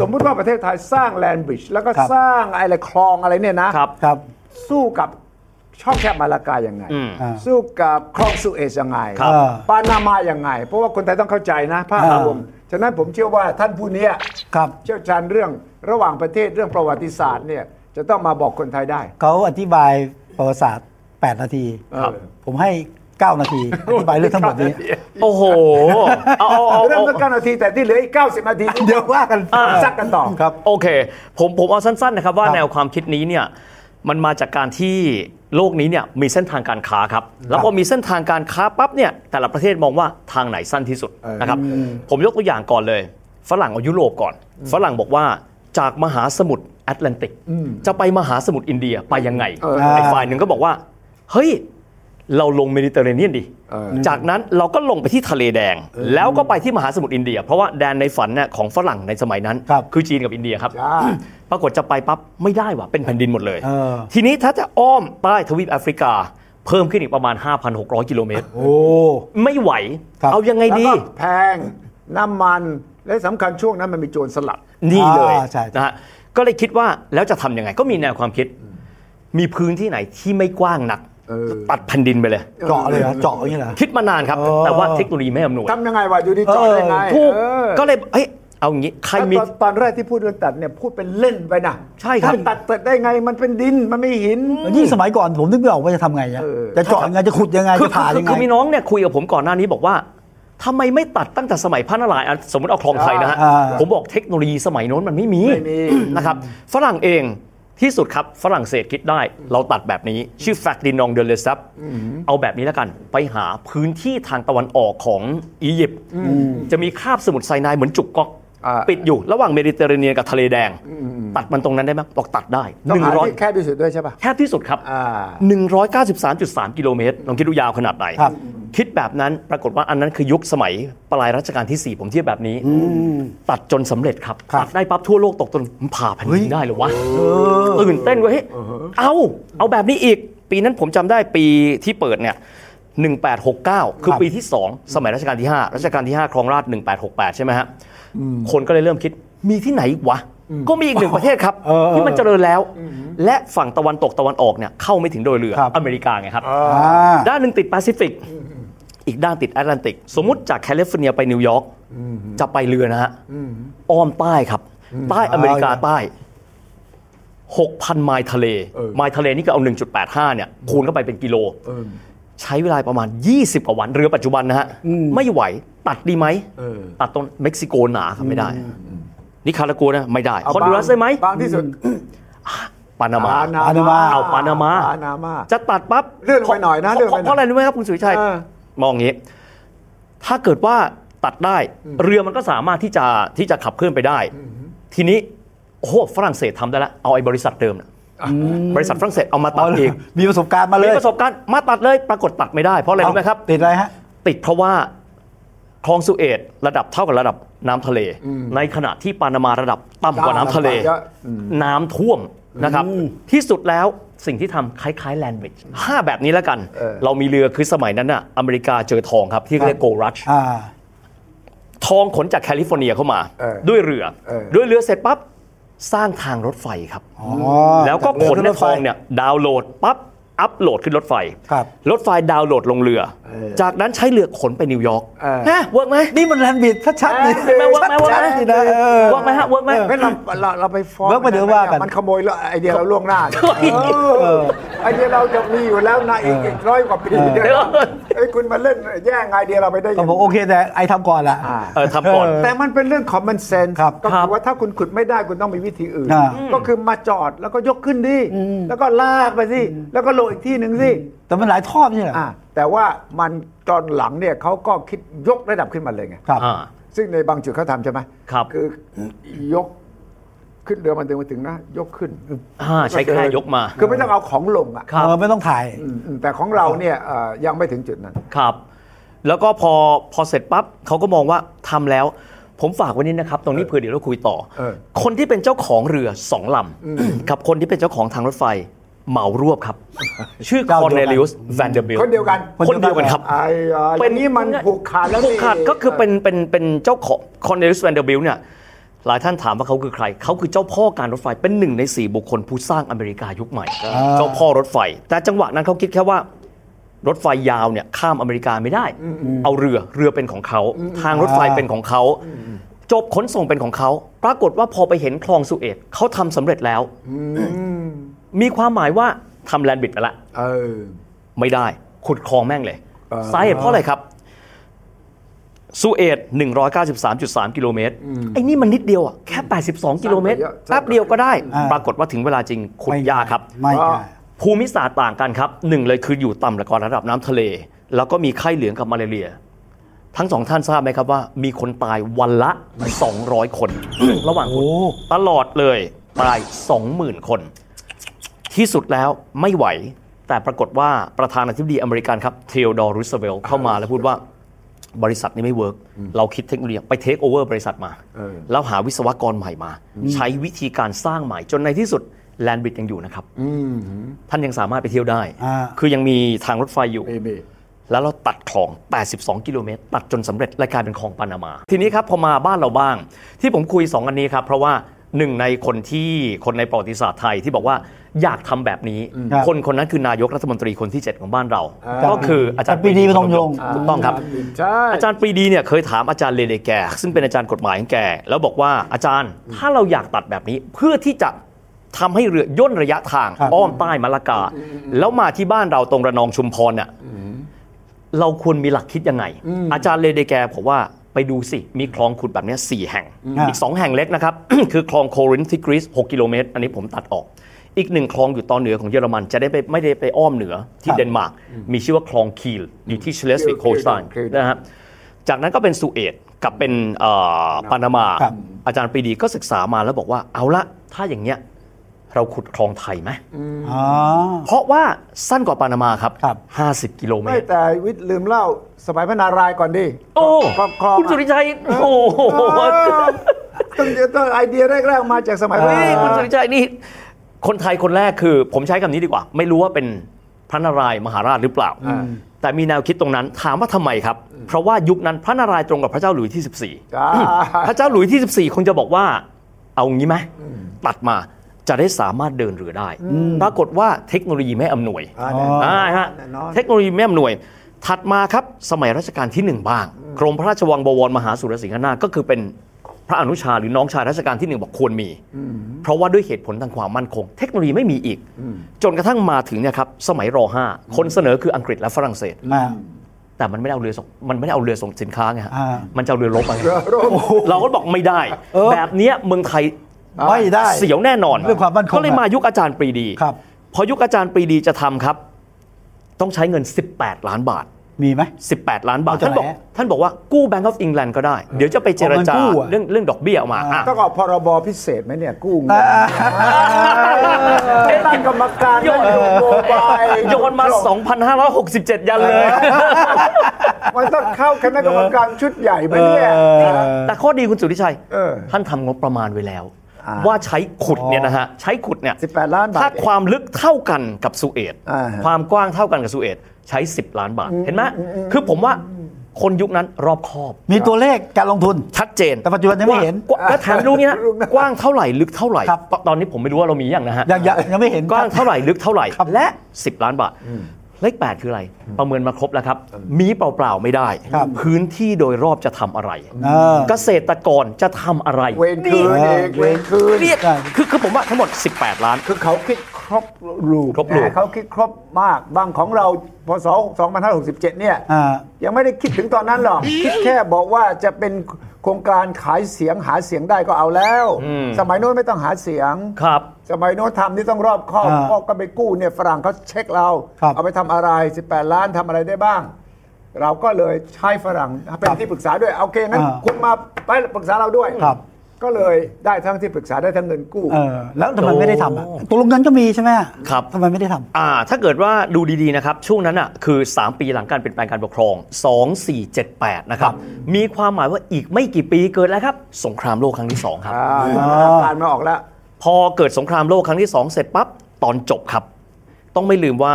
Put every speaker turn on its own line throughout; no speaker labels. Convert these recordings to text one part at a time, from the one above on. สมมุติว่าประเทศไทยสร้างแลนบริดจ์แล้วก็
ครับ
สร้างอะไรคลองอะไรเนี่ยนะ
ครับ
ครับ
สู้กับช่องแคบมาลากายังไง
อืม
อ่า
สู้กับคลองสุเอซยังไง
ครับ
ปานามายังไง เพราะว่าคนไทยต้องเข้าใจนะภาพรวมฉะนั้นผมเชื่อว่าท่านผู้เนี้ย
ครับ
เชี่ยวชาญเรื่องระหว่างประเทศเรื่องประวัติศาสตร์เนี่ยจะต้องมาบอกคนไทยได้
เขาอธิบายประวัติศาสตร์ 8 นาที
ครับ
เออ
ผมให้ 9 นาที อธิบายเรื่องทั้งหมดนี้
โอ้โห เอาเอาเอา
เริ่มต้น
เอา
เก้านาทีแต่ที่เหลืออีก90นาที
เดี๋ยวว่ากัน
ซักกันต่อ
ครับ
โอเค ผมผมเอาสั้นๆนะครับว่า
ครับ
แนวความคิดนี้เนี่ยมันมาจากการที่โลกนี้เนี่ยมีเส้นทางการค้าครับ แล้วพอมีเส้นทางการค้าปั๊บเนี่ยแต่ละประเทศมองว่าทางไหนสั้นที่สุด
เออ
นะครับ ผมยกตัวอย่างก่อนเลย ฝรั่งเอายุโรปก่อน ฝรั่งบอกว่าจากมหาสมุทรแอตแลนติก จะไปมหาสมุทรอินเดียไปยังไง
เออ
ไอ้ฝ่ายหนึ่งก็บอกว่า เฮ้ย เราลงเมดิเตอร์เรเนียนดิ
เออ
จากนั้นเราก็ลงไปที่ทะเลแดง แล้วก็ไปที่มหาสมุทรอินเดีย เพราะว่าแดนในฝันเนี่ยของฝรั่งในสมัยนั้น
ครับ
อจีนกับอินเดียครับ
ใช่
ปรากฏจะไปปั๊บไม่ได้ว่ะเป็นแผ่นดินหมดเลย
เออ
ทีนี้ถ้าจะอ้อมใต้ทวีปแอฟริกา เพิ่มขึ้นอีกประมาณ 5,600 กิโลเมตร
โอ้
ไม่ไหว
ครับ
เอายังไง
แล้ว
ดี
ก็แพงน้ำมันและสำคัญช่วงนั้นมันมีโจรสลัด
นี่เลย
อ่าใช่
นะฮะก็เลยคิดว่าแล้วจะทำยังไง ก็มีแนวความคิด มีพื้นที่ไหนที่ไม่กว้างนัก
เออ
ตัดแผ่นดินไปเลย
เจาะเลยเหรอเจาะอย่างนี้เหรอ
คิดมานานครับ
อ๋อ
แต่ว่าเทคโนโลยีไม่อำนวย
ทำยังไงวะอยู่ดีจอดได้ไง
ถูก
เออ
ก็เลยเฮ้ยเอางี้ใครมี
ตอนตอนแรกที่พูดเรื่องตัดเนี่ยพูดเป็นเล่นไปนะ
ใช่ครับ
มันตัดเสร็จได้ไงมันเป็นดินมันไม่หิน
ยิ่งสมัยก่อนผมนึกไม่ออกว่าจะทำไงอะ
เออ
จะเจาะยังไงจะขุดยังไง
คือ
จะผ่า
คือ
ยัง
คือมี
ไง
น้องเนี่ยคุยกับผมก่อนหน้านี้บอกว่าทำไมไม่ตัดตั้งแต่สมัยพระนารายณ์อ่ะสมมติเอาคลองไทยนะฮะ
อ่า
ผมบอกเทคโนโลยีสมัยโน้นมันไม่มี
ไม่มี
นะครับฝรั่งเองที่สุดครับฝรั่งเศสคิดได้ เราตัดแบบนี้ชื่อแฟกดินองเดลเลซับเอาแบบนี้แล้วกัน ไปหาพื้นที่ทางตะวันออกของอียิปต์จะมีคาบสมุทรไซนายเหมือนจุกก๊อก
อ่า
ปิดอยู่ระหว่างเมดิเตอร์เรเนียนกับทะเลแดง ตัดมันตรงนั้นได้ไหมบอกตัดได้
ต้อง
หนึ่ง
หา
ร้อย
ที่แคบที่สุดด้วยใช่ป่ะ
แคบที่สุดครับ
อ่า
193.3 กิโลเมตรลองคิดดูยาวขนาดไหน
ครับ
คิดแบบนั้นปรากฏว่าอันนั้นคือยุคสมัยปลายรัชกาลที่ 4 ผมเทียบแบบนี้ ตัดจนสำเร็จครับ ตัดได้ปั๊บทั่วโลกตกตนมันผ่าแผ่นดินได้เหรอวะตื่นเต้นเว้ยเฮ้ยเอาเอาแบบนี้อีก ปีนั้นผมจำได้ปีที่เปิดเนี่ย 1869 คือปีที่ 2 สมัยรัชกาลที่ 5 รัชกาลที่ 5 ครองราช 1868 ใช่ไหมฮะคนก็เลยเริ่มคิดมีที่ไหนอีกวะ ก็มีอีกหนึ่งประเทศครับ
เออ
ที่มันเจริญแล้ว และฝั่งตะวันตกตะวันออกเนี่ยเข้าไม่ถึงโดยเรือ
ครับ
อเมริกาไงครับ
อ่า
ด้านหนึ่งติดแปซิฟิก อีกด้านติดแอตแลนติก สมมติจากแคลิฟอร์เนียไปนิวยอร์กจะไปเรือนะฮะอ้อมใต้ครับ ใต้อเมริกา
อ่า
ใต้ 6,000 ไมล์ทะเล
เออ
ไมล์ทะเลนี่ก็เอา 1.85 เนี่ย คูณเข้าไปเป็นกิโล
เออ
ใช้เวลาประมาณ 20 กว่าวันเรือปัจจุบันนะฮะ ไม่ไหวตัดดีไหม
เออ
ตัดตรงเม็กซิโกหนาครับไม่ได้ นิคารากัวนะไม่ได้คอนดูรัสได้ไหม
บางที่สุด
ปานามา
ปานามา
เอาปานามา
ปานามา
จะตัดปั๊บ
เลื่อนลงไปหน่อยนะ
เพ
เลื่อนลง
ราะ
ไปหน่อย
เพราะอะไรรู้ไหมครับคุณสุวิชัย
เออ
มองอย่างนี้ ถ้าเกิดว่าตัดได้เรือมันก็สามารถที่จะที่จะขับเคลื่อนไปได้ ทีนี้โอ้โหฝรั่งเศสทำได้ละเอาไอ้บริษัทเดิมน่ะบริษัทฝรั่งเศสเอามาตัดอีก
มีประสบการณ์มาเล
มี
ย
ประสบการณ์มาตัดเลยปรากฏตัดไม่ได้เพราะอะไรรู้ไหมครับ
ติดอะไรฮะ
ติดเพราะว่าคลองสุเอตระดับเท่ากับระดับน้ำทะเล ในขณะที่ปานามาระดับต่ำกว่าน้ำทะเล
ต่ำกว่าเยอะ
น้ำท่วมนะครับ ที่สุดแล้วสิ่งที่ทำคล้ายๆแลนด์บริดจ์ห้าแบบนี้แล้วกัน
เออ
เรามีเรือคือสมัยนั้นน่ะอเมริกาเจอทองครับ ที่เรียกโกรัช
อ่า
ทองขนจากแคลิฟอร์เนียเข้ามา
เออ
ด้วยเรือ
เออ
ด้วยเรือเสร็จปั๊บ สร้างทางรถไฟครับ
อ๋อ
แล้วก็ขน
จาก
ใน
เรือ
ทอง
ขึ้รถไฟ
เนี่ยดาวน์โหลดปั๊บอัพโหลดขึ้นรถไฟ
ครับ
รถไฟดาวน์โหลดลงเรือ จากนั้นใช้เรือขนไปนิวยอร์ก
เออ
นะเวิร์กไหม
นี่มันแลนด์บิดชัดๆเลย
เออเวิร์กไหมเวิร์กไหม
ชัดๆนะเออ
เวิร์กไหมฮะเวิร์กไหม
ไม่เราเราเราไปฟ้อง
เวิร์กไปเดี๋ยวว่ากัน
มันขโมยแล้วไอเดียเราล่วงหน้า
เฮ้ย
เออไอเดียเราจะมีอยู่แล้วนะอีกอีกร้อยกว่าปีเดี๋ยวไอ้คุณมาเล่นแย่งไอเดียเราไปได้ยั
ก็
งไง
บอกโอเคแต่ไอทำก่อนละ
อ่า
เออทำก่อน
แต่มันเป็นเรื่อง common sense
ครับ
ก็
ครั
คื
บ
อว่าถ้าคุณขุดไม่ได้คุณต้องมีวิธีอื่น
อ่า
ก็คือมาจอดแล้วก็ยกขึ้นดิ แล้วก็ลากไปสิ แล้วก็ลงอีกที่หนึ่งสิ
แต่มันหลายทอดไม่ใช่เหรอ
อ่าแต่ว่ามันตอนหลังเนี่ยเขาก็คิดยกระดับขึ้นมาเลยไง
ครับ
อ่า
ซึ่งในบางจุดเขาทำใช่ไหม
ครับ
คือยกขึ้นเรือมันถึงมาถึงนะ ยกขึ้น
อ่าใช้แค่ยกมา
คือไม่ต้องเอาของลงอ่ะ
ครับ
เออไม่ต้องถ่าย
อืมอืมแต่ของเราเนี่ยเอ่อยังไม่ถึงจุดนั้น
ครับ แล้วก็พอพอเสร็จปั๊บเขาก็มองว่าทำแล้ว ผมฝากไว้นี่นะครับ ตรงนี้เผื่อเดี๋ยวเราคุยต่อ
เออ
คนที่เป็นเจ้าของเรือสองลำกับคนที่เป็นเจ้าของทางรถไฟเหมารวบครับ ชื่อ
เจ้า
ค
เดี
อ
วนกัน
ยเนลิอุสแวนเดอร์บิล
คนเดียวกัน
คนเดียวกันครับ
ไอ้เอ่ออย่างนี้มันผูกขาดแล้ว
ผูกขาด
นี่
ก็คือเป็นเป็นเป็นเจ้าของคอนเนลิสแวนเดอร์บิลเนี่ย หลายท่านถามว่าเขาคือใคร เขาคือเจ้าพ่อการรถไฟเป็นหนึ่งในสี่บุคคลผู้สร้างอเมริกายุคใหม่ เจ้าพ่อรถไฟ แต่จังหวะนั้นเขาคิดแค่ว่า รถไฟยาวเนี่ยข้ามอเมริกาไม่ได้ เอาเรือเรือเป็นของเขา ทางรถไฟเป็นของเขา จบขนส่งเป็นของเขา ปรากฏว่าพอไปเห็นคลองสุเอตเขาทำสำเร็จแล้ว มีความหมายว่าทำแลนด์บิดไปละ
เออ
ไม่ได้ ขุดคลองแม่งเลย
อ่า
สาเหตุเพราะอะไรครับสุเอต193.3 กิโลเมตรไอ้นี่มันนิดเดียวอ่ะแค่ 82 กิโลเมตรแป๊บเดียวก็ได้
อ่า
ปรากฏว่าถึงเวลาจริงขุดยากครับ
ไม่ได้
ภูมิศาสตร์ต่างกันครับหนึ่งเลยคืออยู่ต่ำและกว่าระดับน้ำทะเล แล้วก็มีไข้เหลืองกับมาลาเรีย ทั้งสองท่านทราบไหมครับว่า มีคนตายวันละ 200 คน ระหว่างคน
โอ้
ตลอดเลย ตาย 20,000 คน ที่สุดแล้วไม่ไหว แต่ปรากฏว่าประธานาธิบดีอเมริกันครับเทโอดอร์รูสเวลเข้ามาแล้วพูดว่าบริษัทนี้ไม่เวิร์กเราคิดเทคโนโลยีไปเทคโอเวอร์บริษัทมา
เออ
แล้วหาวิศวกรใหม่มา ใช้วิธีการสร้างใหม่จนในที่สุดแลนบิดยังอยู่นะครับ
อืม
ท่านยังสามารถไปเที่ยวได้
อ่า
คือยังมีทางรถไฟอยู่
เบเบ
แล้วเราตัดคลอง 82 กิโลเมตร ตัดจนสำเร็จและกลายเป็นคลองปานามา ทีนี้ครับพอมาบ้านเราบ้าง ที่ผมคุย 2 อันนี้ครับ เพราะว่าหนึ่งในคนที่คนในประวัติศาสตร์ไทยที่บอกว่าอยากทำแบบนี้
ครับ
คนคนนั้นคือนายกรัฐมนตรีคนที่ 7 ของบ้านเรา
อ่า
ก็คืออาจารย์
ปีดีพนมยงค์
ถูกต้องครับ
ใช่
อาจารย์ปรีดีเนี่ยเคยถามอาจารย์เลเนแกซึ่งเป็นอาจารย์กฎหมายของแกแล้วบอกว่าอาจารย์ถ้าเราอยากตัดแบบนี้เพื่อที่จะทำให้เรือย่นระยะทาง
ครับ
อ้อมใต้มะละกา แล้วมาที่บ้านเราตรงระนองชุมพรเนี่ยเราควรมีหลักคิดยังไง อาจารย์เลเนแกบอกว่าไปดูสิ มีคลองขุดแบบเนี้ยสี่แห่ง อีกสองแห่งเล็กนะครับ คือคลองโครินธ์ที่กรีซ6กิโลเมตร อันนี้ผมตัดออก อีกหนึ่งคลองอยู่ตอนเหนือของเยอรมัน จะได้ไปไม่ได้ไปอ้อมเหนือที่เดนมาร์กมีชื่อว่าคลองคีลอยู่ที่เชลสวิกโฮลสไตน์นะฮะ จากนั้นก็เป็นสุเอตกับเป็นเอ่อปานามา
ครับ
อาจารย์ปรีดีก็ศึกษามาแล้วบอกว่าเอาละถ้าอย่างเงี้ยเราขุดคลองไทยไหม
อ๋อ
เพราะว่าสั้นกว่าปานามาครับ
ครับ
ห้าสิบ50 กิโลเม
ไม่
ตร
แต่วิทย์ลืมเล่าสมัยพระนารายณ์ก่อนดิ
โอ้
ครอบครอง
คุณสุริชัยโอ้โห
อ่าต้องต้องไอเดียแรกๆมาจากสมัยพระ
เฮ้ย
นารายณ์
คุณสุริชัยนี่ คนไทยคนแรกคือ ผมใช้คำนี้ดีกว่า ไม่รู้ว่าเป็นพระนารายณ์มหาราชหรือเปล่า
อืม
แต่มีแนวคิดตรงนั้นถามว่าทำไมครับ เพราะว่ายุคนั้นพระนารายณ์ตรงกับพระเจ้าหลุยส์ที่ 14
จ้า
พระเจ้าหลุยส์ที่ 14 คงจะบอกว่า เอางี้ไหมตัดมาจะได้สามารถเดินเรือได้ ปรากฏว่าเทคโนโลยีไม่อำนวย
อ่าแน่นอน
อ่าฮะ
แน่นอน
เทคโนโลยีไม่อำนวย ถัดมาครับสมัยรัชกาลที่หนึ่งบ้าง กรมพระราชวังบวรมหาสุรสิงหนาถก็คือเป็นพระอนุชาหรือน้องชายรัชกาลที่หนึ่งบอกควรมี เพราะว่าด้วยเหตุผลทางความมั่นคง เทคโนโลยีไม่มีอีก จนกระทั่งมาถึงเนี่ยครับสมัยรห้าคนเสนอคืออังกฤษและฝรั่งเศส
มา
แต่มันไม่ได้เอาเรือส่งมันไม่ได้เอาเรือส่งสินค้าไงฮะ
อ่ามั
มันจะเอาเรือรบมาไง
เรือรบ
เราก็บอกไม่ได้
เออ
แบบเนี้ยเมืองไทย
ไม่ได้
เสียวแน่นอน
เรื่องความมั่นคง
ก็เลยมายุคอาจารย์ปรีดี
ครับ
พอยุคอาจารย์ปรีดีจะทำครับ ต้องใช้เงิน 18 ล้านบาท
มีไหม
18 ล้านบาท
เอาจาก
ท่านบอก
ไหนอะ
ท่านบอกว่ากู้แบงก์ออฟอิงแลนด์ก็ได้ เดี๋ยวจะไปเจร
เอาเงิน
จา
กู้อะ
เรื่องเรื่องดอกเบี้ยออกมาอ่ะ
ต้องออกพรบพิเศษไหมเนี่ย กู้เงินตั้งกรรมการ
โยน
นโยบาย
โยนมา 2,567 ยันเลย
มันต้องเข้าคณะกรรมการชุดใหญ่ไหมเนี่ย
เออ
แต่ข้อดีคุณสุทธิชัย
เออ
ท่านทำงบประมาณไว้แล้ว
อ่า
ว่าใช้ขุดเนี่ยนะฮะใช้ขุดเนี่ย
18ล้านบาท
ถ้าความลึกเท่ากันกับสุเอต
อ่าฮะ
ความกว้างเท่ากันกับสุเอตใช้ 10 ล้านบาท เห็นไหมคือผมว่าคนยุคนั้นรอบคอบ
มีตัวเลขการลงทุน
ชัดเจน
แต่ปัจจุบันยังไม่เห็น
กว้างแล้วถามรู้เนี้ย
รู้นะ
กว้างเท่าไหร่ลึกเท่าไหร่
ครับ
ตอนนี้ผมไม่รู้ว่าเรามีอย่างนะฮะ
ยังยังยังไม่เห็น
กว้างเท่าไหร่ ลึกเท่าไหร่
ครับ
และ 10 ล้านบาท เลข 8 คืออะไร ประเมินมาครบแล้วครับ มีเปล่า ๆ ไม่ได้
ครับ
พื้นที่โดยรอบจะทำอะไร
เออ
เกษตรกรจะทำอะไร
เวรคืนเองเวรคืน
เรียกคือคือผมว่าทั้งหมด 18 ล้าน
คือเขาคิดครบรูป
ครบรูป
นะเขาคิดครบมาก บางของเราพศ2567 เนี่ย
อ่า
ยังไม่ได้คิดถึงตอนนั้นหรอก คิดแค่บอกว่าจะเป็นโครงการขายเสียงหาเสียงได้ก็เอาแล้ว สมัยโน้นไม่ต้องหาเสียง
ครับ
สมัยโน้นทำนี่ต้องรอบคอบ
อ่า
พ่อก็ไปกู้เนี่ยฝรั่งเขาเช็คเรา
ครับ
เอาไปทำอะไร 18 ล้านทำอะไรได้บ้าง เราก็เลยใช้ฝรั่งเป็นที่ปรึกษาด้วย โอเคงั้น
อ่า
คุณมาไปปรึกษาเราด้วย
ครับ
ก็เลยได้ทั้งที่ปรึกษาได้ทั้งเงินกู้
เออ แล้วทำไมไม่ได้ทำอ่ะตัวลงเงินก็มีใช่ไหมอ่ะ
ครับ
ทำไมไม่ได้ทำ
อ่าถ้าเกิดว่าดูดี ๆ นะครับ ช่วงนั้นอ่ะคือ 3 ปีหลังการเปลี่ยนแปลงการปกครอง 2478 นะครับ มีความหมายว่าอีกไม่กี่ปีเกิดแล้วครับ สงครามโลกครั้งที่สองครับ
อ่าการมาออกแล้ว
พอเกิดสงครามโลกครั้งที่ 2 เสร็จปั๊บ ตอนจบครับ ต้องไม่ลืมว่า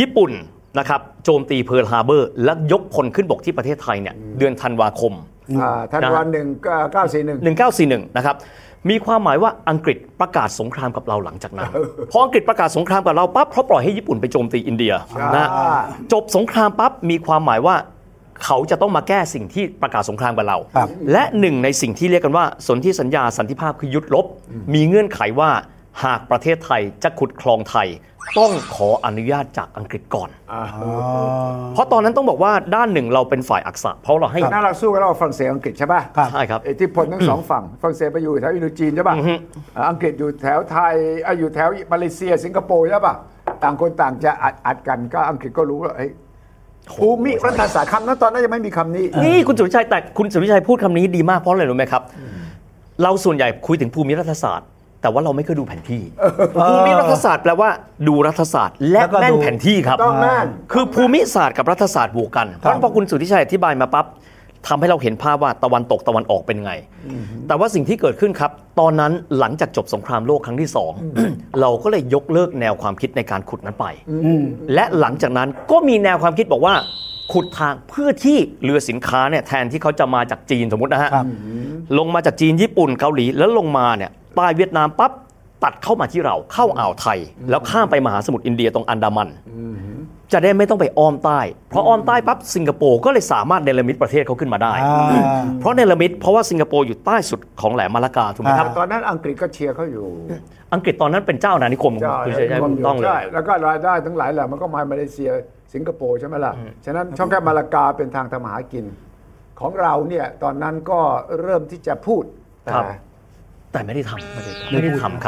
ญี่ปุ่นนะครับโจมตีเพิร์ลฮาร์เบอร์ และยกพลขึ้นบกที่ประเทศไทยเนี่ยเดือนธันวาคม
อ่าธันวาหนึ่งเก้าสี่หนึ่ง
1941 นะครับ มีความหมายว่าอังกฤษประกาศสงครามกับเราหลังจากนั้น พออังกฤษประกาศสงครามกับเราปั๊บเขาปล่อยให้ญี่ปุ่นไปโจมตีอินเดียนะฮะ
อ่า
จบสงครามปั๊บมีความหมายว่าเขาจะต้องมาแก้สิ่งที่ประกาศสงครามกับเรา
ครับ
และหนึ่งในสิ่งที่เรียกกันว่าสนธิสัญญาสันติภาพคือยุดลบ มีเงื่อนไขว่าหากประเทศไทยจะขุดคลองไทย ต้องขออนุญาตจากอังกฤษก่อน เพราะตอนนั้นต้องบอกว่าด้านหนึ่งเราเป็นฝ่ายอักษะเพราะเราให้
น่ารักสู้กันระหว่างฝรั่งเศสอังกฤษใช่ป่ะ
ครับ
ใช่ครับ
อิทธิพลทั้งสองฝั่งฝรั่งเศสไปอยู่แถวอินโดจีนใช่ป่ะอ่าอังกฤษอยู่แถวไทยอ่ะอยู่แถวมาเลเซียสิงคโปร์ใช่ป่ะต่างคนต่างจะอัดอัดกันก็อังกฤษก็รู้ว่าเอ้ยภูมิรัฐศาสตร์คำนั้นตอนนั้นยังไม่มีคำนี้
นี่คุณสุวิชัยแต่คุณสุวิชัยพูดคำนี้ดีมากเพราะอะไรรู้ไหมครับ เราส่วนใหญ่คุยถึงภูมิรัฐศาสตร์ แต่ว่าเราไม่เคยดูแผนที่ภูมิรัฐศาสตร์แปลว่าดูรัฐศาสตร์ และ
แล้วก็ดู
แม่นแผนที่ครับ
ต้องแม่น
คือภูมิศาสตร์กับรัฐศาสตร์บวกกันเพราะฉะนั้นพอคุณสุทธิชัยอธิบายมาปั๊บทำให้เราเห็นภาพว่าตะวันตกตะวันออกเป็นไง แต่ว่าสิ่งที่เกิดขึ้นครับ ตอนนั้นหลังจากจบสงครามโลกครั้งที่สองเราก็เลยยกเลิกแนวความคิดในการขุดนั้นไป และหลังจากนั้นก็มีแนวความคิดบอกว่า ขุดทางเพื่อที่เรือสินค้าเนี่ยแทนที่เขาจะมาจากจีนสมมตินะฮะ
ครับ
ลงมาจากจีนญี่ปุ่นเกาหลีแล้วลงมาเนี่ยใต้เวียดนามปั๊บตัดเข้ามาที่เราเข้าอ่าวไทย แล้วข้ามไปมหาสมุทรอินเดียตรงอันดามัน จะได้ไม่ต้องไปอ้อมใต้ เพราะอ้อมใต้ปั๊บสิงคโปร์ก็เลยสามารถเนรมิตประเทศเขาขึ้นมาได้
อ่า
เพราะเนรมิตเพราะว่าสิงคโปร์อยู่ใต้สุดของแหลมมาละกาถูกไหมครับ
อ่า
ตอนนั้นอังกฤษก็เชียร์เขาอยู่
อังกฤษตอนนั้นเป็นเจ้าอาณานิคมของคุณเฉยๆต้องเล
ใช่
ย
แล้วก็รายได้ทั้งหลายแหละมันก็มามาเลเซียสิงคโปร์ใช่ไหมล่ะฉะนั้นช่องแคบมาลากาเป็นทางทำมาหากิน ของเราเนี่ยตอนนั้นก็เริ่มที่จะพูด
ครับ
นะ
แต่ไม่ได้ทำไม่ได้ทำไม่ได้ทำครับ